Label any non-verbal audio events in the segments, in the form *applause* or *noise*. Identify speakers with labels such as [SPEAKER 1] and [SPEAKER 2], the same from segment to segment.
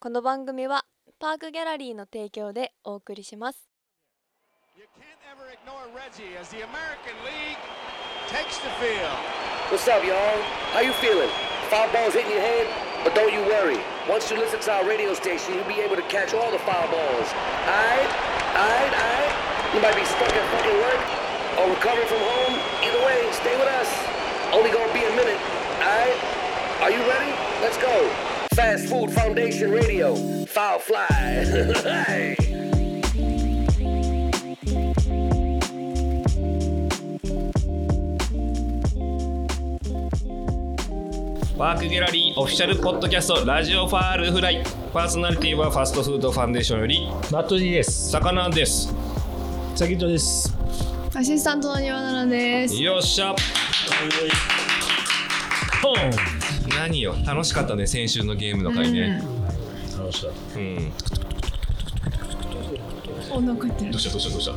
[SPEAKER 1] この番組はパークギャラリーの提供でお送りします。
[SPEAKER 2] You can't ever ignore Reggie as the American League takes the field.
[SPEAKER 3] What's up, y'all? How you feeling? Foul balls hitting your head? But don't you worry. Once you listen to our radio station, you'll be able to catch all the foul balls. Aight? Aight? Aight? You might be stuck at fucking work or recovering from home. Either way, stay with us. Only gonna be a minute. Aight? Are you ready? Let's go. Fast Food Foundation Radio. Foul fly. *laughs* Hey.
[SPEAKER 4] パークギャラリーオフィシャルポッドキャストラジオファールフライパーソナリティはファストフードファンデーションより
[SPEAKER 5] マット D です。
[SPEAKER 4] 魚です
[SPEAKER 5] サキットです。
[SPEAKER 6] アシスタントの庭奈々です。
[SPEAKER 4] よっしゃ
[SPEAKER 5] ポン。
[SPEAKER 4] 何よ楽しかったね先週のゲームの回ね
[SPEAKER 5] 楽しかっ
[SPEAKER 4] うん、
[SPEAKER 6] おなんか入ってる
[SPEAKER 4] どう。したどうしたどうし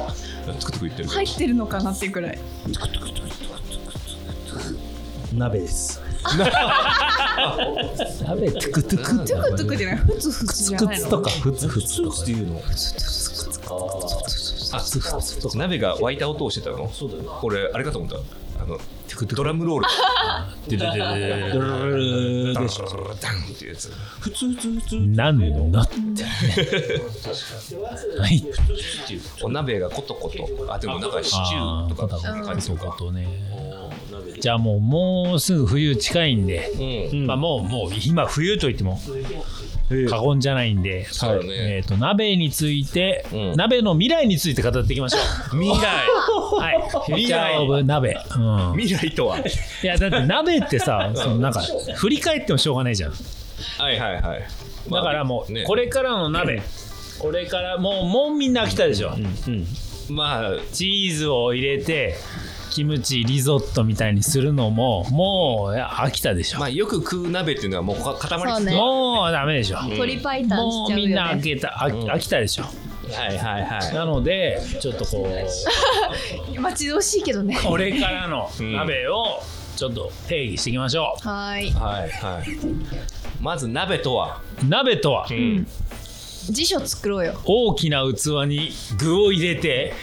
[SPEAKER 4] たつくつく言ってる
[SPEAKER 6] 入ってるのかなっていうくらい。
[SPEAKER 5] た。鍋です。鍋トゥクト
[SPEAKER 6] トゥ
[SPEAKER 5] ゥク
[SPEAKER 6] クトゥクじゃない。ふつふつじゃないの。
[SPEAKER 5] かふつふつとかっていうの。ふつふつとか。
[SPEAKER 4] あ
[SPEAKER 5] ふつふつとか。
[SPEAKER 4] 鍋が沸いた音をしてたのそうだよ俺あれかと思ったあのドラムロール
[SPEAKER 5] ででででででしょ。
[SPEAKER 4] ダンっていうやつ
[SPEAKER 5] なんのなって。はい。
[SPEAKER 4] お鍋がコトコトあでもなんかシチューとか
[SPEAKER 5] あー
[SPEAKER 4] 感じ
[SPEAKER 5] そうかとね。じゃあもうもうすぐ冬近いんで。
[SPEAKER 4] うん
[SPEAKER 5] まあもうもう今冬といっても過言じゃないんで、
[SPEAKER 4] そうだね
[SPEAKER 5] えっ、と鍋について、
[SPEAKER 4] うん
[SPEAKER 5] 鍋の未来について語っていきましょう。未来。はい。フューチャーオブ鍋。うん。
[SPEAKER 4] 未来
[SPEAKER 5] *laughs*
[SPEAKER 4] とは
[SPEAKER 5] いやだって鍋ってさ、そのなんか振り返ってもしょうがないじゃん。
[SPEAKER 4] はいはいはい
[SPEAKER 5] だからもう、
[SPEAKER 4] ね
[SPEAKER 5] これからの鍋、これからもうもうみんな飽きたでしょ。
[SPEAKER 4] まあ
[SPEAKER 5] チーズを入れてキムチリゾットみたいにするのももう飽きたでしょ。
[SPEAKER 4] まあよく食う鍋っていうのはもうか固まりつ
[SPEAKER 6] そう
[SPEAKER 4] つ
[SPEAKER 6] ね
[SPEAKER 5] もうダメでしょ。
[SPEAKER 6] 鳥パイタン
[SPEAKER 5] も
[SPEAKER 6] し
[SPEAKER 5] う
[SPEAKER 6] ちゃう
[SPEAKER 5] みんな
[SPEAKER 6] よ
[SPEAKER 5] 飽
[SPEAKER 6] ね。
[SPEAKER 5] きた飽き飽きたでしょ。
[SPEAKER 4] はいはいは
[SPEAKER 5] なのでちょっとこう
[SPEAKER 6] 待ち遠しいけどね。
[SPEAKER 5] これからの
[SPEAKER 4] うん
[SPEAKER 5] 鍋をちょっと定義していきましょ
[SPEAKER 6] はーい
[SPEAKER 4] い。はいはいまず鍋とは、
[SPEAKER 5] う鍋とは
[SPEAKER 4] うん、
[SPEAKER 6] 辞書作ろうよ。
[SPEAKER 5] 大きな器に具を入れて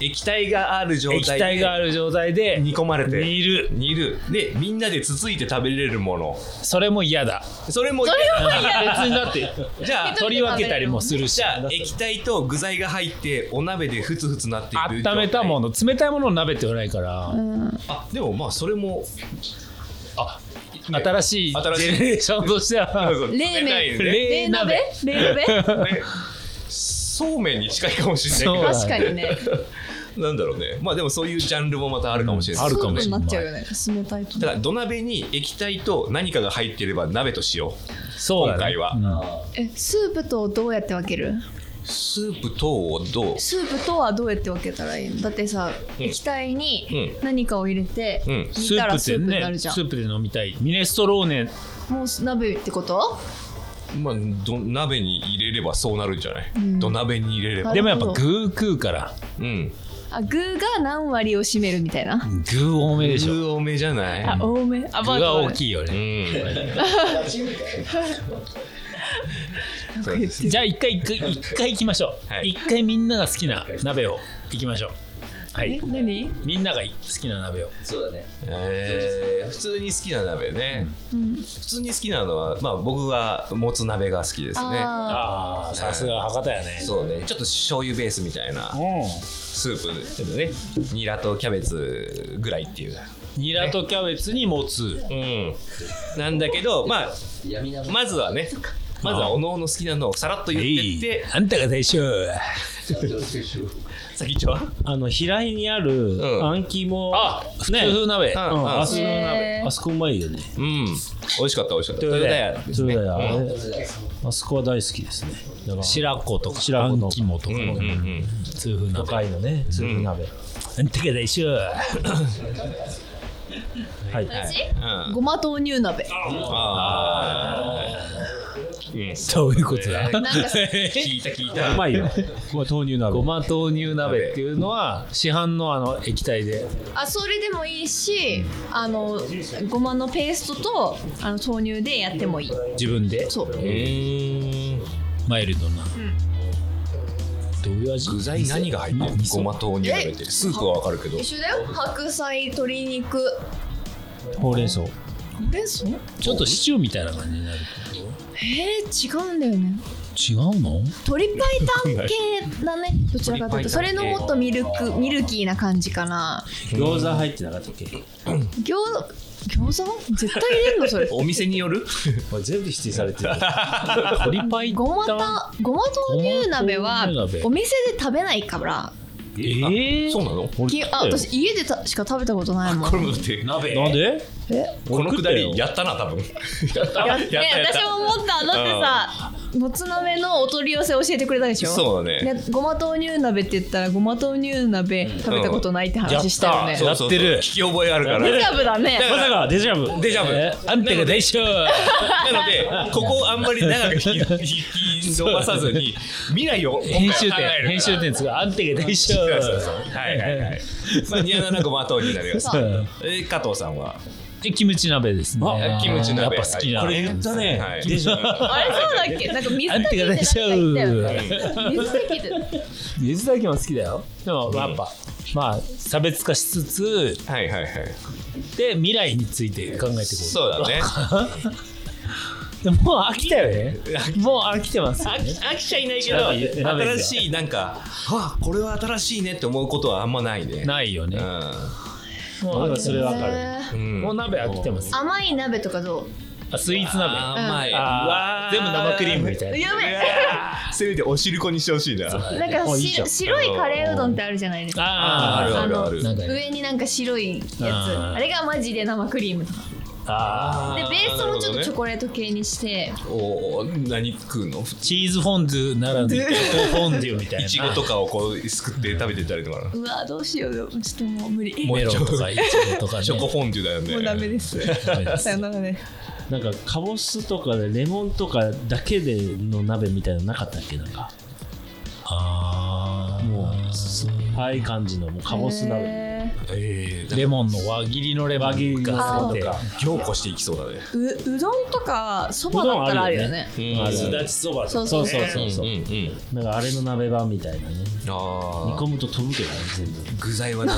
[SPEAKER 4] 液体がある状態
[SPEAKER 5] 液体がある状態で
[SPEAKER 4] 煮込まれて
[SPEAKER 5] 煮る
[SPEAKER 4] 煮るでみんなでつついて食べれるもの
[SPEAKER 5] それも嫌だ
[SPEAKER 4] それも
[SPEAKER 5] 別にだ
[SPEAKER 6] *laughs*
[SPEAKER 5] って
[SPEAKER 4] じゃあ
[SPEAKER 5] 取り分けたりもするし
[SPEAKER 4] じゃあ液体と具材が入ってお鍋でふつふつなっていく
[SPEAKER 5] 温めたも
[SPEAKER 4] の
[SPEAKER 5] の冷たいものを鍋って言わないから
[SPEAKER 4] あでもまあそれもあ
[SPEAKER 5] 新しいジ
[SPEAKER 4] 新しい
[SPEAKER 5] ェネレーションとしては
[SPEAKER 6] 冷
[SPEAKER 4] 冷
[SPEAKER 6] 麺
[SPEAKER 4] ね
[SPEAKER 5] 冷鍋
[SPEAKER 6] 冷
[SPEAKER 5] *laughs*
[SPEAKER 6] 鍋
[SPEAKER 4] そうめんに近いかもしれないけ
[SPEAKER 5] そう
[SPEAKER 4] ど
[SPEAKER 5] だ
[SPEAKER 6] 確かにね。
[SPEAKER 4] なんだろうねまあでもそういうジャンルもまたあるかもしれない、
[SPEAKER 5] うんあるかも
[SPEAKER 6] そう
[SPEAKER 5] しれ
[SPEAKER 6] な
[SPEAKER 5] ない
[SPEAKER 6] っちゃうよね。冷たいと
[SPEAKER 4] だ。から土鍋に液体と何かが入っていれば鍋としよう
[SPEAKER 5] そうだね
[SPEAKER 4] 今回は
[SPEAKER 5] うん
[SPEAKER 6] え、スープとどうやって分ける
[SPEAKER 4] スープ等をどう
[SPEAKER 6] スープとはどうやって分けたらいいのだってさ、
[SPEAKER 4] うん
[SPEAKER 6] 液体に
[SPEAKER 4] う
[SPEAKER 6] 何かを入れて、
[SPEAKER 4] うん
[SPEAKER 6] 煮
[SPEAKER 5] ス
[SPEAKER 6] た
[SPEAKER 5] ープ
[SPEAKER 6] ら
[SPEAKER 5] っ
[SPEAKER 6] スー
[SPEAKER 5] て
[SPEAKER 6] プになる
[SPEAKER 5] ね
[SPEAKER 6] じ
[SPEAKER 5] ス
[SPEAKER 6] ゃん。
[SPEAKER 5] ープで飲みたいミネストローネ
[SPEAKER 6] もう鍋ってこと
[SPEAKER 4] まあど鍋に入れればそうなるんじゃない、
[SPEAKER 6] ん
[SPEAKER 4] 土鍋に入れれば
[SPEAKER 6] な
[SPEAKER 5] で
[SPEAKER 6] るほ
[SPEAKER 5] もや
[SPEAKER 6] ど
[SPEAKER 5] っぱ具食うから
[SPEAKER 4] うん
[SPEAKER 6] あ、具が何割を占めるみたいな。
[SPEAKER 5] 具多めでしょ
[SPEAKER 4] 具多めじゃない
[SPEAKER 6] あ、多め。あ、
[SPEAKER 5] 具が大きいよ
[SPEAKER 4] う
[SPEAKER 5] ね
[SPEAKER 4] んそうです
[SPEAKER 5] じゃあ一回一回一回行きましょ
[SPEAKER 4] は
[SPEAKER 5] う
[SPEAKER 4] い
[SPEAKER 5] 一回みんなが好きな鍋を行きましょうは
[SPEAKER 6] え
[SPEAKER 5] い
[SPEAKER 6] 何
[SPEAKER 5] みんなが好きな鍋を
[SPEAKER 4] えー普通に好きな鍋ね、普通に好きなのはまあ僕はもつ鍋が好きですね
[SPEAKER 6] あ
[SPEAKER 5] ああさすが博多やね
[SPEAKER 4] そうねちょっと醤油ベースみたいなスープでねニラとキャベツぐらいっていう
[SPEAKER 5] ニラとキャベツにもつ
[SPEAKER 4] うんなんだけどまあまずはねまずはおのおの好きなのをさらっと言ってって
[SPEAKER 5] あんたが最初
[SPEAKER 4] 先っちょは
[SPEAKER 7] あの平井にあ
[SPEAKER 4] う
[SPEAKER 7] る
[SPEAKER 4] ん
[SPEAKER 7] あん肝、
[SPEAKER 5] あ普通風鍋
[SPEAKER 4] うん
[SPEAKER 7] うん、あそこ
[SPEAKER 6] へー
[SPEAKER 7] あそこうまいよね
[SPEAKER 4] うん美味しかった美味しかった
[SPEAKER 5] 豊田
[SPEAKER 4] 屋です
[SPEAKER 7] そ
[SPEAKER 4] ね
[SPEAKER 7] れだよ、あれあそこは大好きですねだから
[SPEAKER 5] 白子とか
[SPEAKER 7] 白
[SPEAKER 5] あ
[SPEAKER 7] 子
[SPEAKER 5] ん
[SPEAKER 7] とか
[SPEAKER 5] 肝とか
[SPEAKER 4] うんうんうん
[SPEAKER 5] 普通風
[SPEAKER 7] 都
[SPEAKER 5] 鍋
[SPEAKER 7] 会のねスープ鍋、
[SPEAKER 5] あんたが最初
[SPEAKER 7] はい、
[SPEAKER 4] うん
[SPEAKER 6] ごま豆乳鍋。
[SPEAKER 4] あーうん
[SPEAKER 5] どういうことだ
[SPEAKER 6] なんか
[SPEAKER 4] 聞いた聞いた
[SPEAKER 7] うまいよこれ豆乳鍋
[SPEAKER 5] ごま豆乳鍋っていうのは市販のあの液体で
[SPEAKER 6] あそれでもいいし、あのごまのペーストとあの豆乳でやってもいい。
[SPEAKER 5] 自分で
[SPEAKER 6] そう。
[SPEAKER 4] う
[SPEAKER 6] う
[SPEAKER 4] ーん
[SPEAKER 5] マイルドな、どういう味
[SPEAKER 4] 具材何が入ってる
[SPEAKER 5] 味噌
[SPEAKER 4] ごま豆乳が入ってるスープはわかるけど
[SPEAKER 6] 一緒だよ白菜鶏肉
[SPEAKER 5] ほうれん草
[SPEAKER 6] レソン
[SPEAKER 5] ちょっとシチューみたいな感じになる
[SPEAKER 6] えー、違うんだよね
[SPEAKER 5] 違うの
[SPEAKER 6] 鶏白湯系だねどちらかというとそれのもっとミルクミルキーな感じかな
[SPEAKER 7] 餃子入ってなかったっけ
[SPEAKER 6] 餃餃子絶対入れるのそれ
[SPEAKER 4] お店による
[SPEAKER 7] これ全部否定されてる
[SPEAKER 5] 鶏パイ
[SPEAKER 6] ごまたごま豆乳鍋は
[SPEAKER 5] ごま豆乳鍋
[SPEAKER 6] お店で食べないから
[SPEAKER 5] え
[SPEAKER 4] あそうなの
[SPEAKER 6] きあ私家でたしか食べたことないもん
[SPEAKER 4] これもだって鍋
[SPEAKER 5] なんで
[SPEAKER 4] このくだり
[SPEAKER 5] 俺食ったよ
[SPEAKER 4] やったな多分やったやった
[SPEAKER 6] ね
[SPEAKER 4] やった
[SPEAKER 6] 私も思っただってさもつ鍋のお取り寄せ教えてくれたでしょ
[SPEAKER 4] そうだね
[SPEAKER 6] ねごま豆乳鍋って言ったらごま豆乳鍋食べたことないって話したよね
[SPEAKER 5] やっ
[SPEAKER 4] そうそうそう
[SPEAKER 5] やってる
[SPEAKER 4] 聞き覚えあるから
[SPEAKER 6] デジャブだね
[SPEAKER 5] まさかデジャブ
[SPEAKER 4] デジャブ
[SPEAKER 5] えーあんたが大将
[SPEAKER 4] なのでここをあんまり長
[SPEAKER 5] *laughs*
[SPEAKER 4] く引き引き伸ばさずに未来を
[SPEAKER 5] 編集
[SPEAKER 4] 考えるか
[SPEAKER 5] 点
[SPEAKER 4] ら
[SPEAKER 5] 編集点つがあんたが大将
[SPEAKER 4] そうそうそうはいはいはいまあ27個まとうになります
[SPEAKER 5] そう
[SPEAKER 4] え加藤さんは
[SPEAKER 5] えキムチ鍋ですね
[SPEAKER 4] あキムチ鍋
[SPEAKER 5] やっぱ好きな
[SPEAKER 4] はいこれ
[SPEAKER 7] 言ったね
[SPEAKER 4] はい
[SPEAKER 5] でしょ
[SPEAKER 6] あれそうだっけなんか水
[SPEAKER 5] あんた
[SPEAKER 6] 炊き
[SPEAKER 5] が
[SPEAKER 6] ってなん
[SPEAKER 5] 大
[SPEAKER 6] か言ったよね
[SPEAKER 5] 将
[SPEAKER 6] 水炊きって
[SPEAKER 5] 水炊きも好きだよでもやっぱ、まあ差別化しつつ
[SPEAKER 4] はいはいはい
[SPEAKER 5] で未来について考えていこう
[SPEAKER 4] そうだ
[SPEAKER 5] *laughs*
[SPEAKER 4] ね
[SPEAKER 5] でももう飽きたよねもう飽きてますよ
[SPEAKER 4] 飽き
[SPEAKER 5] ね
[SPEAKER 4] 飽きちゃいないけ
[SPEAKER 5] 鍋
[SPEAKER 4] ど
[SPEAKER 5] 鍋
[SPEAKER 4] 新しいなんかあこれは新しいねって思うことはあんまないね
[SPEAKER 5] ないよねも
[SPEAKER 7] 俺
[SPEAKER 5] う
[SPEAKER 7] はそれわかる
[SPEAKER 6] ね
[SPEAKER 4] うん
[SPEAKER 5] もう鍋飽きてます
[SPEAKER 6] 甘い鍋とかど
[SPEAKER 5] あスイーツ鍋あ
[SPEAKER 4] 甘い
[SPEAKER 5] あー全部生クリームみたいうな
[SPEAKER 6] やべえ
[SPEAKER 4] せめてお汁粉にしてほしいなあ
[SPEAKER 6] なんか
[SPEAKER 5] もういい
[SPEAKER 6] し
[SPEAKER 5] じゃん
[SPEAKER 6] 白いカレーうどんってあるじゃないですか
[SPEAKER 5] あーあ
[SPEAKER 4] る
[SPEAKER 5] る
[SPEAKER 4] あるある
[SPEAKER 5] なんかね
[SPEAKER 6] 上になんか白いやつ
[SPEAKER 5] あー
[SPEAKER 6] あれがマジで生クリームとか
[SPEAKER 5] あ
[SPEAKER 6] でベースもちょっとチョコレート系にして
[SPEAKER 4] コおお何食うの
[SPEAKER 5] ーチーズフォンデュならぬチョコフォンデュみたいない
[SPEAKER 4] ちごとかをこうすくって食べてたりとか
[SPEAKER 6] うわどうしようよちょっともう無理
[SPEAKER 4] もう
[SPEAKER 5] メ
[SPEAKER 4] ち
[SPEAKER 5] ロ
[SPEAKER 4] ょ
[SPEAKER 5] ンとかイチゴとかね
[SPEAKER 4] チョ
[SPEAKER 5] *laughs*
[SPEAKER 4] コフォンデュだよね
[SPEAKER 6] もうダメです
[SPEAKER 5] ダメです
[SPEAKER 6] さよならね
[SPEAKER 7] なんかかぼすとかでレモンとかだけでの鍋みたいなのなかったっけなんか
[SPEAKER 5] あー
[SPEAKER 7] もうすああいう感じのもうかぼす鍋
[SPEAKER 6] え
[SPEAKER 4] ええ
[SPEAKER 5] レモンの輪切りのレモン
[SPEAKER 7] 輪切りの
[SPEAKER 5] が
[SPEAKER 7] と
[SPEAKER 5] ついて
[SPEAKER 7] か
[SPEAKER 4] 強固していきそうだね
[SPEAKER 6] ーううどんとかそばだったらあるよね
[SPEAKER 4] うん
[SPEAKER 7] すだちそば
[SPEAKER 6] そう
[SPEAKER 7] とか
[SPEAKER 6] そう
[SPEAKER 7] そうそう
[SPEAKER 4] う
[SPEAKER 7] そ
[SPEAKER 4] んうん
[SPEAKER 7] うなんかあれの鍋版みたいなね煮
[SPEAKER 4] あ
[SPEAKER 7] 込むと飛ぶけどね全部
[SPEAKER 4] あ具材はね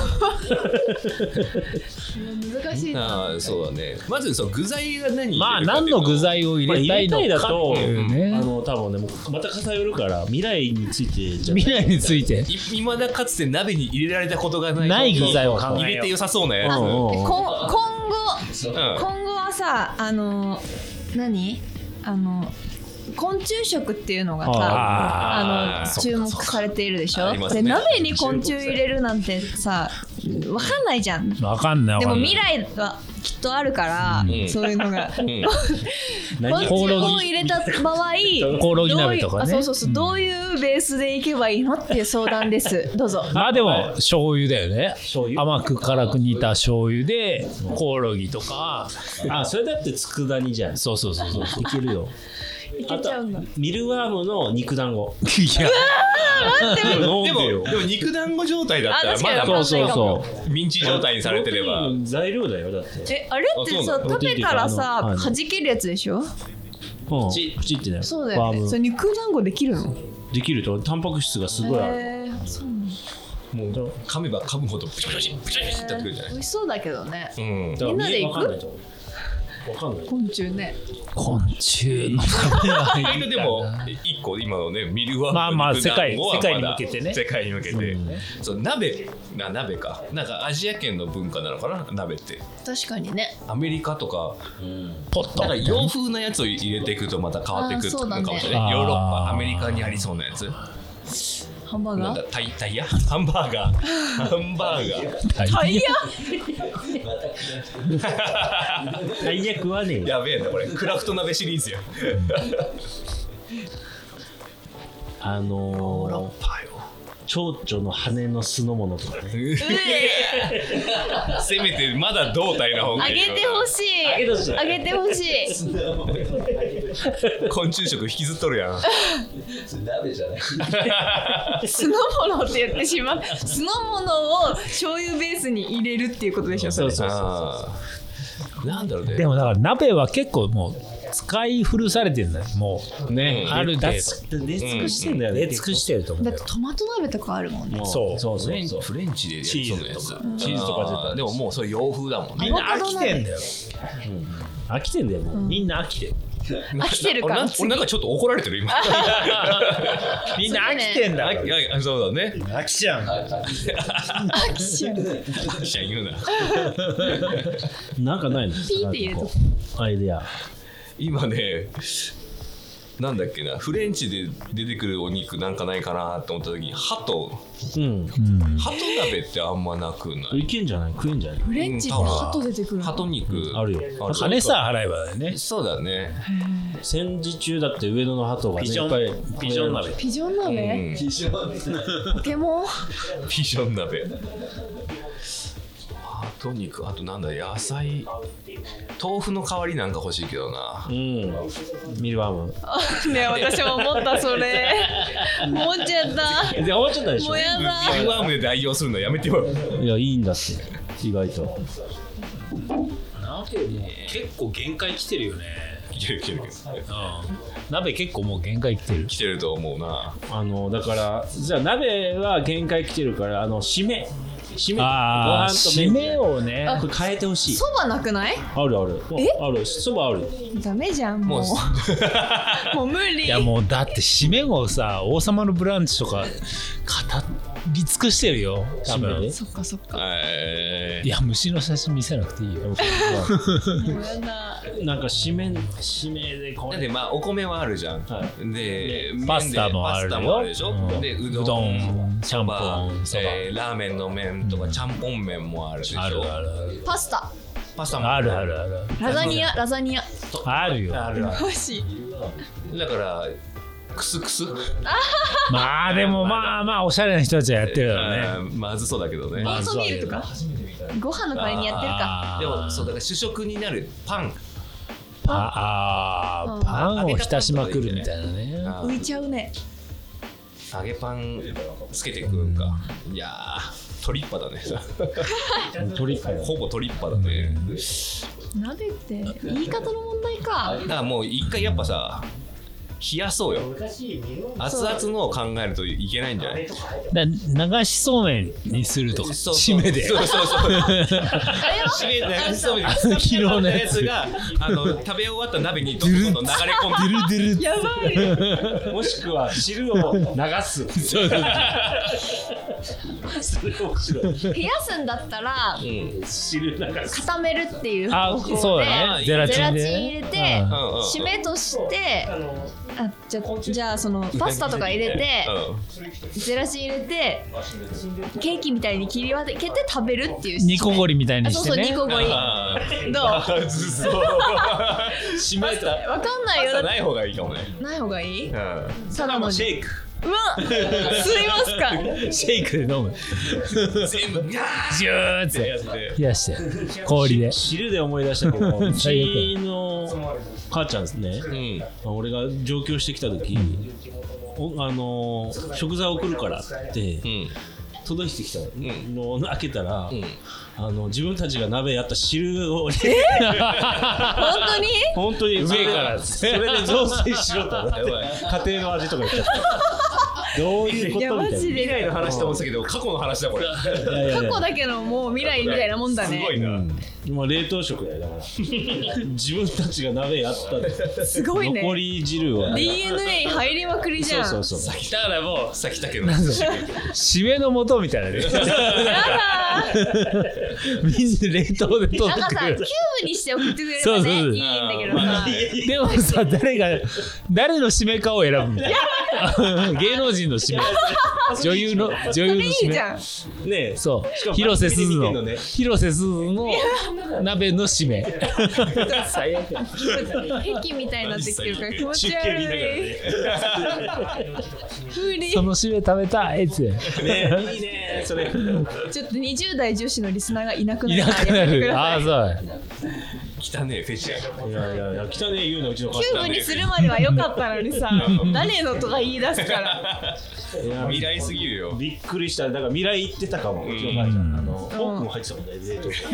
[SPEAKER 6] 難しいな
[SPEAKER 4] ああそうだねまずその具材が何
[SPEAKER 5] まあ何の具
[SPEAKER 4] 材
[SPEAKER 5] 材を入れたいの
[SPEAKER 7] まあ入れたいだ
[SPEAKER 5] か
[SPEAKER 7] と
[SPEAKER 5] っていう
[SPEAKER 7] あ
[SPEAKER 5] ね
[SPEAKER 7] の多分ねもうまた偏るから未来についてじゃない
[SPEAKER 5] 未来について
[SPEAKER 4] いまだかつて鍋に入れられたことがない
[SPEAKER 5] ない具材を考えよう
[SPEAKER 4] 入れて良さそうなや
[SPEAKER 6] あ
[SPEAKER 4] つ
[SPEAKER 7] んうん
[SPEAKER 6] でこん今後
[SPEAKER 4] うん
[SPEAKER 6] 今後はさあの何あの昆虫食っていうのがさ
[SPEAKER 5] あ
[SPEAKER 4] ー
[SPEAKER 6] あ
[SPEAKER 4] そ
[SPEAKER 6] の
[SPEAKER 4] っか
[SPEAKER 6] 注目されているでし
[SPEAKER 4] あ
[SPEAKER 6] ょ、
[SPEAKER 4] りますね
[SPEAKER 6] で鍋に昆虫入れるなんてさわかんないじゃん
[SPEAKER 5] わかんないわ
[SPEAKER 6] で
[SPEAKER 5] か
[SPEAKER 6] も
[SPEAKER 5] んない
[SPEAKER 6] 未来はきっとあるから、
[SPEAKER 4] ん
[SPEAKER 6] そういうのが、
[SPEAKER 4] ん
[SPEAKER 6] 昆
[SPEAKER 5] 何
[SPEAKER 6] 虫を入れた場合
[SPEAKER 5] コオロギ鍋とかね
[SPEAKER 6] どういうあそうそうそう、どういうベースでいけばいいのっていう相談ですどうぞ
[SPEAKER 5] まあでも醤油だよね
[SPEAKER 7] 醤油
[SPEAKER 5] 甘く辛く煮た醤油でコオロギとか
[SPEAKER 7] あそれだって佃煮じゃん
[SPEAKER 5] そうそうそうそう
[SPEAKER 7] いけるよ
[SPEAKER 6] いけちゃうんだ
[SPEAKER 7] ミルワームの肉団子
[SPEAKER 5] いや
[SPEAKER 7] 飲ん
[SPEAKER 4] で
[SPEAKER 7] でよ
[SPEAKER 4] もでも肉団子状態だった
[SPEAKER 6] あ
[SPEAKER 4] ら
[SPEAKER 6] 確
[SPEAKER 4] ま
[SPEAKER 6] かに
[SPEAKER 4] だ
[SPEAKER 5] そ
[SPEAKER 4] ま
[SPEAKER 5] う
[SPEAKER 4] だ
[SPEAKER 5] そうそう
[SPEAKER 4] ミンチ状態にされてれば
[SPEAKER 7] 本当に材料だよだって
[SPEAKER 6] えあれって
[SPEAKER 4] あ
[SPEAKER 6] さ
[SPEAKER 4] そうなの
[SPEAKER 6] 食べたらさ
[SPEAKER 7] あの
[SPEAKER 6] 弾けるやつでしょ
[SPEAKER 7] プチプチってね
[SPEAKER 6] そうだよ
[SPEAKER 7] ワー
[SPEAKER 6] ね
[SPEAKER 7] ム
[SPEAKER 6] それ肉団子できるの
[SPEAKER 7] できるとタンパク質がすごいある
[SPEAKER 6] へーそう
[SPEAKER 4] もう噛めば噛むほどプチプチプチプチってなってくるじゃない
[SPEAKER 6] 美味しそうだけどね
[SPEAKER 4] うん
[SPEAKER 7] だから
[SPEAKER 6] みんなで行く
[SPEAKER 7] わかんないと思うわかんない
[SPEAKER 6] 昆虫ね
[SPEAKER 5] 昆虫の鍋は
[SPEAKER 4] 意外とでも一個今のねミルワーム
[SPEAKER 5] まあまあ
[SPEAKER 4] の肉団子は
[SPEAKER 5] 世界
[SPEAKER 4] まだ
[SPEAKER 5] 世界に向けてね
[SPEAKER 4] 世界に向けてそう鍋な鍋かなんかアジア圏の文化なのかな鍋って
[SPEAKER 6] 確かにね
[SPEAKER 4] アメリカとか
[SPEAKER 5] ポッ
[SPEAKER 4] なんか
[SPEAKER 5] と
[SPEAKER 4] 洋風なやつを入れていくとまた変わってくる
[SPEAKER 6] あーそう
[SPEAKER 4] の
[SPEAKER 6] だ
[SPEAKER 4] か
[SPEAKER 6] ね
[SPEAKER 4] もしれない、
[SPEAKER 5] あー
[SPEAKER 4] ヨーロッパアメリカにありそうなやつ
[SPEAKER 6] ハンバー
[SPEAKER 4] なん
[SPEAKER 6] ガ
[SPEAKER 4] だ
[SPEAKER 6] ー
[SPEAKER 4] タイタイヤハンバーガーハンバーガー
[SPEAKER 5] タイヤ
[SPEAKER 7] 最悪はねえよ
[SPEAKER 4] やべえなこれクラフト鍋シリーズや
[SPEAKER 7] あのー蝶々の羽の酢の物とかね
[SPEAKER 4] せめてまだ胴体の方が
[SPEAKER 6] あ
[SPEAKER 4] いい
[SPEAKER 6] げ
[SPEAKER 4] よ
[SPEAKER 6] てほしい
[SPEAKER 7] あげてほしい
[SPEAKER 6] あげてほしい
[SPEAKER 4] 昆虫食引きずっとるやん
[SPEAKER 6] *laughs* 酢の物って言ってしまう酢の物を醤油ベースに入れるっていうことでしょそれ
[SPEAKER 4] そうそうそうなんだろうね
[SPEAKER 5] でもだから鍋は結構もう使い古されてるんだよもう
[SPEAKER 8] ね
[SPEAKER 5] ある
[SPEAKER 8] 程度
[SPEAKER 5] 出す
[SPEAKER 7] 出尽くしてんだよね、
[SPEAKER 5] 出尽くしてると思う
[SPEAKER 6] だっ
[SPEAKER 5] よ
[SPEAKER 6] てトマト鍋とかあるもんね
[SPEAKER 7] も
[SPEAKER 5] そう
[SPEAKER 7] そう
[SPEAKER 4] フ
[SPEAKER 7] そ
[SPEAKER 4] レン
[SPEAKER 7] う
[SPEAKER 4] チ
[SPEAKER 7] そう
[SPEAKER 4] フレンチでやりそうなやつ
[SPEAKER 7] チーズと
[SPEAKER 4] チーズとか出たらでももうそれ洋風だもん
[SPEAKER 5] み
[SPEAKER 4] ね
[SPEAKER 5] んな飽きてんだよ
[SPEAKER 7] 飽きてんだよもう、みんな飽きてる
[SPEAKER 6] 飽きてるか
[SPEAKER 4] 俺な
[SPEAKER 6] ら
[SPEAKER 4] 俺 *laughs* なんかちょっと怒られてる今あ
[SPEAKER 5] みんな飽きてんだから
[SPEAKER 4] いやいやそうだね
[SPEAKER 5] 飽きちゃうんだよ
[SPEAKER 4] あきちゃん言うな
[SPEAKER 7] なんかないの
[SPEAKER 6] ピーって言うと
[SPEAKER 7] なんかこうアイデア
[SPEAKER 4] 今ねなんだっけなフレンチで出てくるお肉なんかないかなと思った時にハト
[SPEAKER 7] うん
[SPEAKER 4] ハト鍋ってあんまなくない
[SPEAKER 7] いけんじゃない食えんじゃない
[SPEAKER 6] フレンチって鳩出てくる
[SPEAKER 4] ハト肉
[SPEAKER 7] あるよ
[SPEAKER 5] 金さえ払えばだよね
[SPEAKER 4] そうだね
[SPEAKER 7] 戦時中だって上野の鳩がね
[SPEAKER 5] ピジョン
[SPEAKER 7] いっぱい
[SPEAKER 5] ピジョン鍋
[SPEAKER 6] ピジョン鍋、
[SPEAKER 4] うん
[SPEAKER 6] ポケモン
[SPEAKER 4] ピジョン鍋ハト肉あとなんだ野菜豆腐の代わりなんか欲しいけどな
[SPEAKER 7] うんミルワーム
[SPEAKER 6] *laughs* ね私も思ったそれ思っちゃった
[SPEAKER 7] で終わっちゃったでしょ
[SPEAKER 6] もうや
[SPEAKER 4] ビルワームで代用するのやめてよ
[SPEAKER 7] いやいいんだって意外と
[SPEAKER 5] 結構限界来てるよね
[SPEAKER 4] いけるいける
[SPEAKER 5] 鍋結構もう限界来てる
[SPEAKER 4] 来てると思うな
[SPEAKER 7] あのだからじゃあ鍋は限界来てるからあの締め締め
[SPEAKER 5] ああ締め
[SPEAKER 7] を
[SPEAKER 5] をね
[SPEAKER 7] これ変えてほしい
[SPEAKER 6] そばなくない
[SPEAKER 7] あるあるあるそばある
[SPEAKER 6] ダメじゃんも
[SPEAKER 4] も
[SPEAKER 6] うも
[SPEAKER 4] う
[SPEAKER 6] う無理
[SPEAKER 5] いやもうだって締めをさ「王様のブランチ」とか語り尽くしてるよ多
[SPEAKER 7] 締め
[SPEAKER 5] 分
[SPEAKER 7] で
[SPEAKER 6] そっかそっか
[SPEAKER 4] え
[SPEAKER 5] いや虫の写真見せなくてい
[SPEAKER 7] *laughs*
[SPEAKER 5] いよ
[SPEAKER 6] もうやだ
[SPEAKER 7] なんか締め締めでこ
[SPEAKER 4] だっ
[SPEAKER 7] れ
[SPEAKER 4] てまあお米はあるじゃん、
[SPEAKER 7] は
[SPEAKER 4] で麺で
[SPEAKER 5] パスタもあるよ
[SPEAKER 4] パスタもあるでしょ、
[SPEAKER 5] うん
[SPEAKER 4] でうどん
[SPEAKER 5] うどんちゃんぽん
[SPEAKER 4] まあ
[SPEAKER 5] そば
[SPEAKER 4] えーラーメンの麺とか、ちゃんぽん麺もあるでしょ
[SPEAKER 5] あるあるある
[SPEAKER 6] パスタ
[SPEAKER 4] パスタも
[SPEAKER 5] あるあるある
[SPEAKER 6] ラザニアラザニア
[SPEAKER 5] あるよ
[SPEAKER 6] 欲しい
[SPEAKER 4] だからクスクス
[SPEAKER 5] まあでもまあまあおしゃれな人たちはやってるだろうね
[SPEAKER 4] あーまずそうだけどね
[SPEAKER 6] オートミールとかご飯の代わりにやってるか
[SPEAKER 5] あー
[SPEAKER 4] でもそうだから主食になるパン
[SPEAKER 5] ああーパンを浸しまくるみたいなね
[SPEAKER 4] あ
[SPEAKER 6] 浮いちゃうね
[SPEAKER 4] 揚げパンつけて食うんか、いやートリッパだね
[SPEAKER 7] トリップ
[SPEAKER 4] ほぼトリッパだね、
[SPEAKER 6] 鍋って言い方の問題か
[SPEAKER 4] だからもう一回やっぱさ冷やそうよ熱々のを考えるといけないんじゃない
[SPEAKER 5] だ流しそうめんにするとか
[SPEAKER 4] そう
[SPEAKER 5] 締めで
[SPEAKER 4] そうそうそう
[SPEAKER 6] あれは
[SPEAKER 4] 締めでそう
[SPEAKER 5] あの昨日のやつ
[SPEAKER 4] があの食べ終わった鍋にどんどんどん流れ込んで
[SPEAKER 5] ドゥルドゥル
[SPEAKER 6] やばい
[SPEAKER 7] もしくは汁を流す
[SPEAKER 5] そうそう
[SPEAKER 7] それ面白い
[SPEAKER 6] 冷やすんだったら
[SPEAKER 7] 汁流す
[SPEAKER 6] 固めるっていう
[SPEAKER 5] あ
[SPEAKER 6] 方法で
[SPEAKER 5] そうだねゼラ
[SPEAKER 6] ゼ
[SPEAKER 5] チ
[SPEAKER 6] ラ
[SPEAKER 5] ン
[SPEAKER 6] チ
[SPEAKER 5] で
[SPEAKER 6] ン
[SPEAKER 5] ね
[SPEAKER 6] 入れて
[SPEAKER 4] うんうんうん
[SPEAKER 6] 締めとしてあじゃじゃあそのパスタとか入れて
[SPEAKER 4] うん
[SPEAKER 6] ゼラチン入れてケーキみたいに切り分けて食べるっていう
[SPEAKER 5] 煮こごりみたい
[SPEAKER 6] あ
[SPEAKER 5] に
[SPEAKER 6] そ
[SPEAKER 5] し
[SPEAKER 6] うそ
[SPEAKER 5] て
[SPEAKER 6] う
[SPEAKER 5] ね
[SPEAKER 6] 煮こごり
[SPEAKER 4] あ
[SPEAKER 6] どうわ
[SPEAKER 4] ーずそう
[SPEAKER 7] 締めた
[SPEAKER 6] かんないよ
[SPEAKER 4] 朝
[SPEAKER 6] だって
[SPEAKER 4] ない方がいいかもね
[SPEAKER 6] ない方がいい
[SPEAKER 4] うん
[SPEAKER 6] ただの
[SPEAKER 7] シ
[SPEAKER 6] う
[SPEAKER 7] ェイク
[SPEAKER 6] わ吸いますか
[SPEAKER 5] シェイクで飲む
[SPEAKER 4] 全部ガー
[SPEAKER 5] ジューっ
[SPEAKER 4] ってや
[SPEAKER 5] て
[SPEAKER 4] って
[SPEAKER 5] 冷やして氷で
[SPEAKER 7] 汁で思い出した
[SPEAKER 6] *laughs*
[SPEAKER 7] けどうちの母ちゃんですね
[SPEAKER 4] うん
[SPEAKER 7] 俺が上京してきた時、おあのー食材送るからって
[SPEAKER 4] うん
[SPEAKER 7] 届いてきたのを開けたら、
[SPEAKER 4] ん
[SPEAKER 7] あの自分たちが鍋やった汁を、 *laughs*
[SPEAKER 6] 本当に
[SPEAKER 7] 本当に
[SPEAKER 5] 上から
[SPEAKER 7] それで雑炊しろと思って家庭の味とか言っちゃったどういうこ
[SPEAKER 6] いや
[SPEAKER 7] とみ
[SPEAKER 6] マ
[SPEAKER 7] たい
[SPEAKER 6] ジ
[SPEAKER 7] な
[SPEAKER 4] 未
[SPEAKER 6] で
[SPEAKER 4] 来の話と思ってたけど過去の話だこれ
[SPEAKER 7] いやいや
[SPEAKER 6] 過
[SPEAKER 7] いや
[SPEAKER 6] 去だけのもう未来みたいなもんだ
[SPEAKER 4] すごい
[SPEAKER 6] ね
[SPEAKER 4] な
[SPEAKER 7] まあ冷凍食だよだから自分たちが鍋やったって
[SPEAKER 6] すごいね
[SPEAKER 7] 残り汁は
[SPEAKER 6] DNA 入りまくりじ
[SPEAKER 7] そ
[SPEAKER 6] ゃ
[SPEAKER 7] うんそうそう
[SPEAKER 4] だからもう先だけど
[SPEAKER 5] 締めの素みたいなね
[SPEAKER 4] *laughs*
[SPEAKER 6] やだー
[SPEAKER 5] *laughs* みんな冷凍で取
[SPEAKER 6] なん
[SPEAKER 5] っ
[SPEAKER 6] か
[SPEAKER 5] て
[SPEAKER 6] さキ
[SPEAKER 5] く
[SPEAKER 6] ュー *laughs*
[SPEAKER 5] る
[SPEAKER 6] ブにして送ってくれれば
[SPEAKER 5] そうそう
[SPEAKER 6] ね
[SPEAKER 5] そう
[SPEAKER 6] いいんだけどさ
[SPEAKER 5] でもさ誰が誰の締めかを選ぶみたいな *laughs* 芸能人の締め女優の女優の
[SPEAKER 6] い
[SPEAKER 5] 締
[SPEAKER 6] いじ
[SPEAKER 5] め
[SPEAKER 6] ゃん
[SPEAKER 7] ねえ
[SPEAKER 5] そう
[SPEAKER 7] かも
[SPEAKER 5] 広瀬すず
[SPEAKER 7] 番組
[SPEAKER 5] の
[SPEAKER 7] で見
[SPEAKER 5] 広瀬すずの鍋の締め
[SPEAKER 6] *laughs*
[SPEAKER 5] 最悪
[SPEAKER 6] 壁みたいになってきてるから気持ち悪い不利
[SPEAKER 5] その締め食べたいって
[SPEAKER 7] ねいいねそれ
[SPEAKER 6] ちょっと20代女子のリスナーがいなくないる
[SPEAKER 5] なくなるああそう
[SPEAKER 4] 汚ねえフェチやから
[SPEAKER 7] いやいやいや汚ねえ言うなうちの
[SPEAKER 6] *laughs*
[SPEAKER 7] 母
[SPEAKER 6] キューブにするまでは良かったのにさ誰のとか言い出すから
[SPEAKER 7] いや
[SPEAKER 4] 未来すぎるよ
[SPEAKER 7] びっくりしただから未来行ってたかもうちの母ちゃんあのフォークも入ってたもんね冷凍庫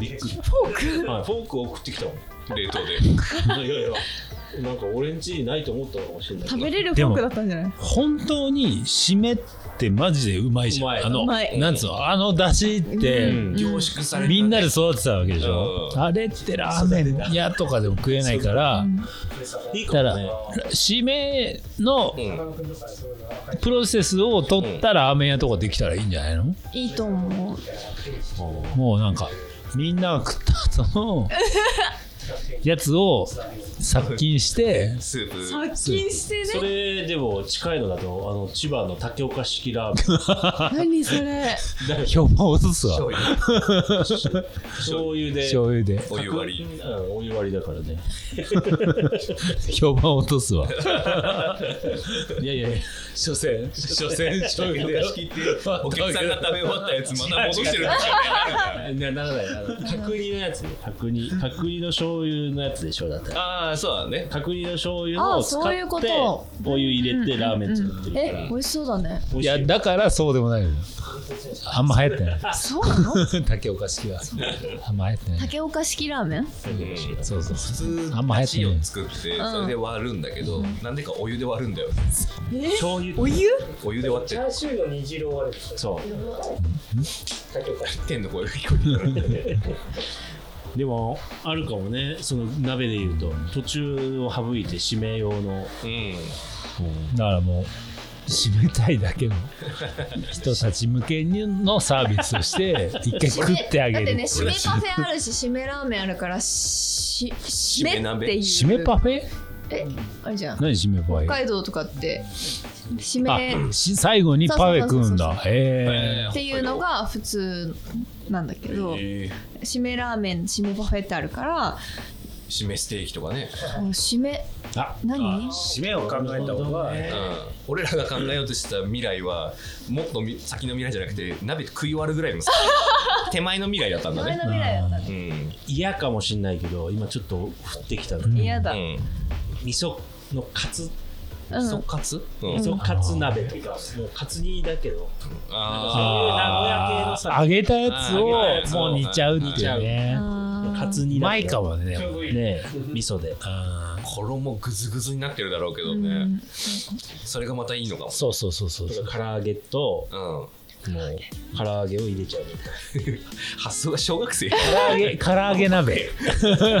[SPEAKER 7] びっくりフォークはいフォークを送ってきたもん
[SPEAKER 4] 冷凍で
[SPEAKER 7] いやいやなんか俺ん家にないと思ったのかもしれないけど
[SPEAKER 6] 食べれるフォークだったんじゃない
[SPEAKER 5] 本当に締めってマジでうまいじゃん
[SPEAKER 7] うまい
[SPEAKER 5] あの
[SPEAKER 6] うまい
[SPEAKER 5] なんつうのあの出汁って、
[SPEAKER 7] うん
[SPEAKER 4] 凝縮された
[SPEAKER 5] みんなで育てたわけでしょ、
[SPEAKER 4] うん
[SPEAKER 5] あれってラーメン屋とかでも食えないから、
[SPEAKER 7] いいか
[SPEAKER 5] た
[SPEAKER 7] も
[SPEAKER 5] ら
[SPEAKER 7] ね
[SPEAKER 5] 締めの
[SPEAKER 4] うん
[SPEAKER 5] プロセスを取ったらラーメン屋とかできたらいいんじゃないの、
[SPEAKER 6] いいと思う
[SPEAKER 5] もうなんかみんなが食った後 *laughs* のやつを殺菌して
[SPEAKER 4] スープ
[SPEAKER 6] 殺菌して
[SPEAKER 7] そ
[SPEAKER 6] ね
[SPEAKER 7] れでも近いのだとあの千葉の竹岡式ラ *laughs* ーメン
[SPEAKER 6] 何それ
[SPEAKER 5] 評判を落とすわ
[SPEAKER 4] 醤油
[SPEAKER 7] 醤油で
[SPEAKER 5] 醤油で
[SPEAKER 4] お湯割り
[SPEAKER 7] うんお湯割りだからね
[SPEAKER 5] 評判を落とすわ *laughs* いやいやいや所詮所詮醤油で
[SPEAKER 4] 貸し切ってお客さんが食べ終わったやつまた戻してるんですよね
[SPEAKER 7] なならないならない角煮のやつね角煮角煮の醤油のやつでしょだって
[SPEAKER 4] ああそうだね
[SPEAKER 7] 角煮の醤油
[SPEAKER 6] あ
[SPEAKER 7] を
[SPEAKER 6] ー
[SPEAKER 7] 使
[SPEAKER 6] そういうこ
[SPEAKER 7] っ
[SPEAKER 6] と
[SPEAKER 7] てお湯入れてラーメン作ってるか
[SPEAKER 6] え
[SPEAKER 7] ら
[SPEAKER 6] 美味しそうだね
[SPEAKER 7] 美味
[SPEAKER 5] い
[SPEAKER 7] しい
[SPEAKER 5] やだからそうでもないのよあんま流行ってない
[SPEAKER 6] そうなの
[SPEAKER 5] 竹岡式はあんま流行ってない
[SPEAKER 6] 竹岡式ラーメン
[SPEAKER 5] そうそう
[SPEAKER 4] 普通
[SPEAKER 5] あんま流行って
[SPEAKER 4] 足
[SPEAKER 5] な
[SPEAKER 4] を
[SPEAKER 5] い
[SPEAKER 4] 作ってそれで割るんだけどなんでかお湯で割るんだよ
[SPEAKER 7] 醤油
[SPEAKER 6] お湯
[SPEAKER 4] お湯で割ってる
[SPEAKER 8] チャーシューの煮汁を割る
[SPEAKER 7] そ
[SPEAKER 4] 天の声が聞こえるから
[SPEAKER 7] うでもあるかもねその鍋でいうと途中を省いて締め用の
[SPEAKER 4] うん
[SPEAKER 5] だからもう締めたいだけの人たち向けのサービスをして一回食ってあげる
[SPEAKER 6] だってね
[SPEAKER 5] って
[SPEAKER 6] 締
[SPEAKER 5] いう
[SPEAKER 6] めパフェあるし締めラーメンあるからし締めっていう
[SPEAKER 5] 締めパフェ
[SPEAKER 6] えあれじゃん
[SPEAKER 5] 何締めパフ
[SPEAKER 6] 北
[SPEAKER 5] ェ
[SPEAKER 6] 海道とかって締
[SPEAKER 5] あ
[SPEAKER 6] め
[SPEAKER 5] し最後にパフェ食うん
[SPEAKER 6] そうそうそう
[SPEAKER 5] だへえ
[SPEAKER 6] っていうのが普通なんだけど
[SPEAKER 4] えー
[SPEAKER 6] 締めラーメン締めパフェってあるから
[SPEAKER 4] 締めステーキとかね
[SPEAKER 6] あの締め
[SPEAKER 7] あ
[SPEAKER 6] 何
[SPEAKER 7] 締めを考えた方が
[SPEAKER 4] うん俺らが考えようとした未来はもっとみ先の未来じゃなくて鍋食い割るぐらいの手前の未来だったんだ
[SPEAKER 6] 前
[SPEAKER 4] ね
[SPEAKER 6] の未来だったね
[SPEAKER 4] うん
[SPEAKER 7] 嫌かもしんないけど今ちょっと降ってきたのに
[SPEAKER 6] 嫌だ
[SPEAKER 4] うん
[SPEAKER 7] 味噌のカツ
[SPEAKER 6] うん
[SPEAKER 4] そカツうん
[SPEAKER 7] 味噌カツ鍋とかもうカツ煮だけど
[SPEAKER 5] あ
[SPEAKER 7] そういう名古屋系の
[SPEAKER 5] ー
[SPEAKER 7] さ
[SPEAKER 5] 揚げたやつを
[SPEAKER 4] あー揚げたやつを
[SPEAKER 5] もう煮ちゃうっていうね
[SPEAKER 6] あー
[SPEAKER 7] カツ煮
[SPEAKER 5] う
[SPEAKER 7] だ
[SPEAKER 5] ま
[SPEAKER 7] け
[SPEAKER 5] いか
[SPEAKER 7] ど
[SPEAKER 5] もねでも
[SPEAKER 7] ね味噌で
[SPEAKER 5] あー
[SPEAKER 4] 衣グズグズになってるだろうけどね、それがまたいいのかも
[SPEAKER 5] そうそうそうそう
[SPEAKER 7] 唐揚げと
[SPEAKER 4] うん
[SPEAKER 7] もう唐揚げを入れちゃうみたいな
[SPEAKER 4] 発想が小学生
[SPEAKER 5] 唐揚げ唐揚げ鍋
[SPEAKER 6] 唐揚げだ
[SPEAKER 4] めっ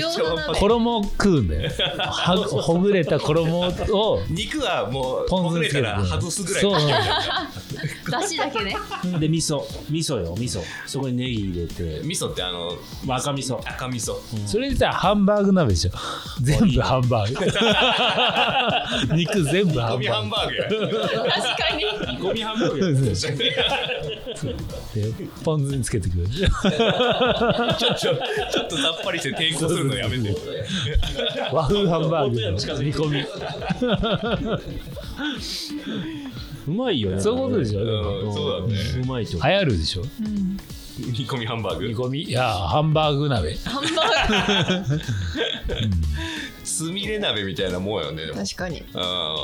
[SPEAKER 4] ちゃ
[SPEAKER 6] 餃子鍋
[SPEAKER 5] 衣を食うんだよはほぐれた衣を
[SPEAKER 4] 肉はもう
[SPEAKER 5] ポン
[SPEAKER 4] ほ
[SPEAKER 5] 酢
[SPEAKER 4] ぐ
[SPEAKER 5] に
[SPEAKER 4] れ
[SPEAKER 5] つけ
[SPEAKER 4] た
[SPEAKER 5] る
[SPEAKER 4] ら外すぐらい
[SPEAKER 5] そう
[SPEAKER 4] う
[SPEAKER 6] だしだけね
[SPEAKER 7] で味噌味噌よ味噌そこにネギ入れて
[SPEAKER 4] 味噌ってあの
[SPEAKER 7] 赤味噌
[SPEAKER 4] 赤味噌
[SPEAKER 5] それでさハンバーグ鍋でしょ *laughs* 全部ハンバーグ *laughs* 肉全部ハ
[SPEAKER 4] ゴ
[SPEAKER 5] ン
[SPEAKER 4] ミハン
[SPEAKER 5] バ
[SPEAKER 4] バーグや
[SPEAKER 6] 確かに
[SPEAKER 7] ゴミハンバーグ
[SPEAKER 5] ーグそうでポン酢につけてくる
[SPEAKER 4] ちょちょちょっとさっぱりして抵抗するのやめて
[SPEAKER 5] *laughs* 和風ハンバーグの煮込み
[SPEAKER 7] うまいよ
[SPEAKER 5] *laughs*
[SPEAKER 7] ね
[SPEAKER 5] そういうことでしょでも
[SPEAKER 4] うんそうだね
[SPEAKER 7] うまいと思
[SPEAKER 5] 流行るでしょ
[SPEAKER 4] 煮込みハンバー
[SPEAKER 5] 煮
[SPEAKER 4] グ
[SPEAKER 5] 込みいやハンバーグ鍋
[SPEAKER 6] ハンバー
[SPEAKER 4] すみれ鍋みたいなもんよねで
[SPEAKER 6] グ
[SPEAKER 4] も
[SPEAKER 6] 確かに
[SPEAKER 4] あ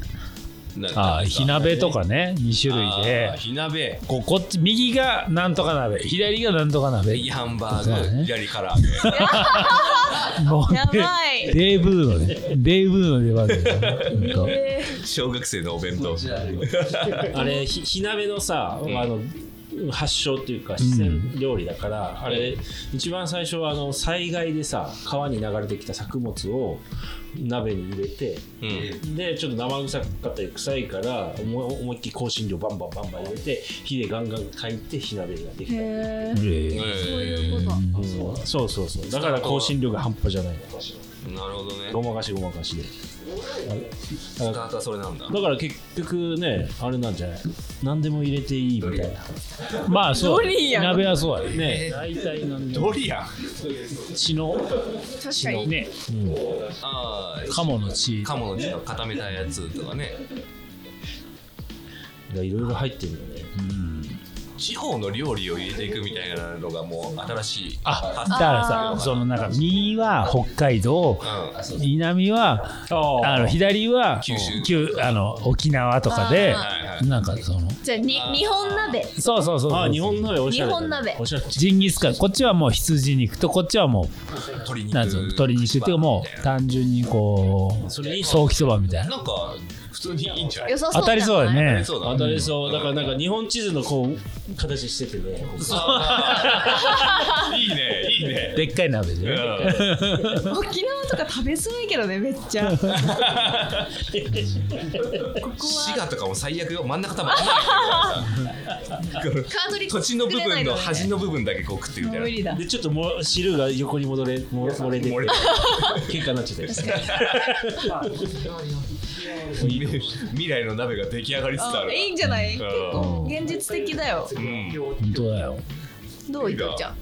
[SPEAKER 4] ーなんか
[SPEAKER 5] あー火鍋とかね2種類
[SPEAKER 4] あー
[SPEAKER 5] で
[SPEAKER 4] 火鍋
[SPEAKER 5] こうこっち右がなんとか鍋左がなんとか鍋
[SPEAKER 4] いいハンバ
[SPEAKER 5] そうだ
[SPEAKER 4] ーグ
[SPEAKER 5] ね
[SPEAKER 4] 左から揚げ
[SPEAKER 5] もうね
[SPEAKER 6] やばい
[SPEAKER 5] デーブーのねデーブーの出番だよ *laughs* ねほんと
[SPEAKER 4] 小学生のお弁当
[SPEAKER 7] あれひ火鍋のさ、
[SPEAKER 4] ん
[SPEAKER 7] あの発祥っていうか四川料理だから、あれ一番最初はあの災害でさ川に流れてきた作物を鍋に入れて
[SPEAKER 4] うん
[SPEAKER 7] でちょっと生臭かったり臭いから思い思いっきり香辛料バンバンバンバン入れて火でガンガン炊いて火鍋ができたり、
[SPEAKER 6] へえ
[SPEAKER 5] え
[SPEAKER 6] そういうこ
[SPEAKER 7] うんそうそうそうだから香辛料が半端じゃない
[SPEAKER 4] なるほどね
[SPEAKER 7] ごまかしごまかしで
[SPEAKER 4] スタートはそれなんだ
[SPEAKER 7] だから結局ねあれなんじゃない何でも入れていいみたいな
[SPEAKER 5] ーまあそう
[SPEAKER 6] ド
[SPEAKER 5] だ
[SPEAKER 6] リ
[SPEAKER 5] ね
[SPEAKER 6] アン
[SPEAKER 5] 鍋はそうだね
[SPEAKER 7] ね大体何でも
[SPEAKER 4] ドリアン
[SPEAKER 5] 血の
[SPEAKER 6] と確
[SPEAKER 5] 血
[SPEAKER 6] か
[SPEAKER 5] の
[SPEAKER 6] に
[SPEAKER 5] ね
[SPEAKER 4] ああ
[SPEAKER 5] 鴨の血
[SPEAKER 4] 鴨の血を固めたやつとかね
[SPEAKER 7] いろいろ入ってるよね
[SPEAKER 4] 地方の料理を入れていくみたいなのがもう新しい
[SPEAKER 5] あ
[SPEAKER 4] 発想
[SPEAKER 5] だから
[SPEAKER 4] あ
[SPEAKER 5] さ
[SPEAKER 4] ー
[SPEAKER 5] そのなんか右は北海道
[SPEAKER 4] うん
[SPEAKER 5] 南はあの左は
[SPEAKER 4] 九州
[SPEAKER 5] 九あの沖縄とか
[SPEAKER 4] はい
[SPEAKER 5] で
[SPEAKER 4] はい
[SPEAKER 5] なんかその
[SPEAKER 6] じゃあに日本鍋
[SPEAKER 5] そうそうそうそう
[SPEAKER 7] あ日本鍋おしゃれだね
[SPEAKER 6] 日本鍋
[SPEAKER 7] おしゃれ
[SPEAKER 5] ジンギスカンこっちはもう羊肉とこっちはも
[SPEAKER 4] 鶏
[SPEAKER 5] う
[SPEAKER 4] 肉
[SPEAKER 5] なんつうの鶏肉っていうかもう単純にこう
[SPEAKER 7] それいい
[SPEAKER 5] ソーキそばみたいな
[SPEAKER 4] なんか普通にいいんじゃない
[SPEAKER 6] 良さそうじゃない
[SPEAKER 5] 当たりそうだね
[SPEAKER 4] そうだ
[SPEAKER 7] 当たりそうだからなん
[SPEAKER 4] か
[SPEAKER 7] か日本地図のこう形しててね
[SPEAKER 4] いいねいいね
[SPEAKER 5] でっかい鍋でね
[SPEAKER 6] 沖縄とか食べづらいけどねめっち *laughs* ゃここ
[SPEAKER 4] 滋
[SPEAKER 6] は
[SPEAKER 4] 賀とかも最悪よ真ん中多分穴開いてるからさ
[SPEAKER 6] カードリッ
[SPEAKER 4] 土
[SPEAKER 6] ク
[SPEAKER 4] 地
[SPEAKER 6] 作
[SPEAKER 4] の部
[SPEAKER 6] れな
[SPEAKER 4] 分
[SPEAKER 6] い
[SPEAKER 4] の
[SPEAKER 6] ね
[SPEAKER 4] 端の部分だけこう食ってみたい
[SPEAKER 6] 無
[SPEAKER 4] な
[SPEAKER 6] 理だ
[SPEAKER 7] でちょっともう汁が横に戻れも漏れて
[SPEAKER 4] 漏れて
[SPEAKER 7] 結果になっちゃったり
[SPEAKER 4] 未未来の鍋が出来上がりつつあ
[SPEAKER 6] あ
[SPEAKER 4] る
[SPEAKER 6] いいんじゃない結
[SPEAKER 4] う
[SPEAKER 6] 構現実的だよ
[SPEAKER 4] うん
[SPEAKER 5] 本当だよ
[SPEAKER 6] どういとちゃん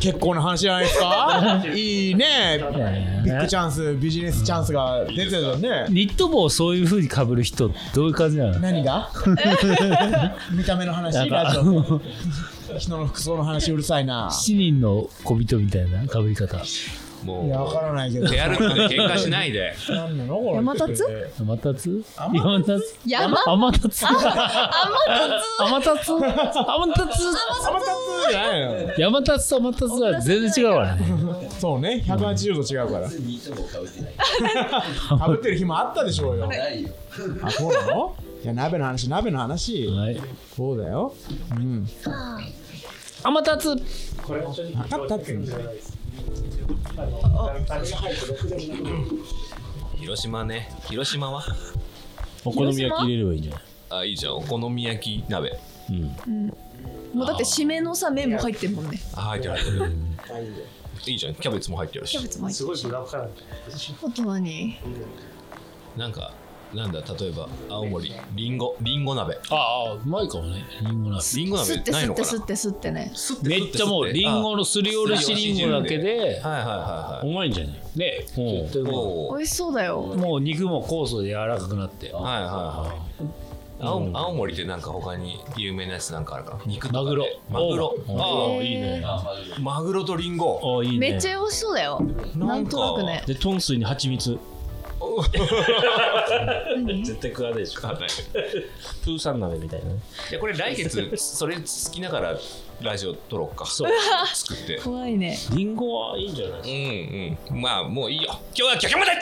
[SPEAKER 8] 結構な話じゃないですかいいね
[SPEAKER 5] ね
[SPEAKER 8] ビッグチャンスビジネスチャンスが出てるよね
[SPEAKER 5] ニット帽をそういう風に被る人どういう感じなの
[SPEAKER 8] 何
[SPEAKER 7] *laughs*
[SPEAKER 8] が見た目の話
[SPEAKER 5] なん
[SPEAKER 8] ラ
[SPEAKER 5] か
[SPEAKER 8] ジオの人の服装の話うるさい
[SPEAKER 7] *laughs*
[SPEAKER 8] な
[SPEAKER 5] 七人の小人みたいな被り方
[SPEAKER 4] も
[SPEAKER 8] いやわか
[SPEAKER 4] う
[SPEAKER 8] らないけど
[SPEAKER 4] 手歩くので喧嘩しないで
[SPEAKER 8] 何なのこれ
[SPEAKER 6] 山立
[SPEAKER 5] 天達
[SPEAKER 8] 天
[SPEAKER 5] 天達
[SPEAKER 6] *laughs* 山
[SPEAKER 5] 天達
[SPEAKER 6] 天 *laughs*
[SPEAKER 5] 天達天達
[SPEAKER 8] 天達じゃないの
[SPEAKER 5] 山達と天達は全然違うからね
[SPEAKER 8] そうね180度違うから食べてる日もあったでしょうよあそうなのいや鍋の話鍋の話
[SPEAKER 5] はい
[SPEAKER 8] そうだようん
[SPEAKER 5] 天達
[SPEAKER 8] 分かったって
[SPEAKER 4] 広島ね広島は
[SPEAKER 7] お好み焼き入れればいいんじゃない
[SPEAKER 4] あいいじゃんお好み焼き鍋
[SPEAKER 6] もうだって締めのさ麺も入ってるもんね
[SPEAKER 4] あ入ってる入ってるいいじゃんキャベツも入ってるし
[SPEAKER 6] キャベツも入ってるしあと何
[SPEAKER 4] なんかなんだ例えば青森りんごりんご鍋
[SPEAKER 5] ああうまいかもねりんご鍋
[SPEAKER 4] りんご
[SPEAKER 6] 吸
[SPEAKER 4] 鍋
[SPEAKER 6] って
[SPEAKER 4] ない
[SPEAKER 6] 吸
[SPEAKER 4] の
[SPEAKER 6] っ
[SPEAKER 4] か
[SPEAKER 6] て
[SPEAKER 4] な
[SPEAKER 6] 吸って吸ってね
[SPEAKER 4] 吸って
[SPEAKER 5] めっちゃもうりんごのすりおろしりんごだけで
[SPEAKER 4] あはいはいは
[SPEAKER 7] うまいんじゃない
[SPEAKER 5] ね
[SPEAKER 7] おう
[SPEAKER 4] いはいおー
[SPEAKER 6] 美味しそうだよ
[SPEAKER 5] もう肉も酵素で柔らかくなって
[SPEAKER 4] はいはいはい青青森ってなんか他に有名なやつなんかあるか肉とか
[SPEAKER 5] マグロ
[SPEAKER 4] でマグロ
[SPEAKER 7] あ
[SPEAKER 4] あ
[SPEAKER 7] あいいね
[SPEAKER 4] あマグロとリンゴ
[SPEAKER 7] ああいいね
[SPEAKER 6] めっちゃ美味しそうだよなんとなくね
[SPEAKER 7] でトンスイに蜂蜜
[SPEAKER 6] *laughs*
[SPEAKER 7] 絶対食わないでしょ
[SPEAKER 4] 硬い
[SPEAKER 7] プーさん鍋みたいなね
[SPEAKER 4] いやこれ来月それ好きながらラジオ撮ろうか
[SPEAKER 7] そう
[SPEAKER 4] 作って
[SPEAKER 6] 怖いね
[SPEAKER 7] リンゴはいいんじゃない
[SPEAKER 4] うんうんまあもういいよ今日は曲まで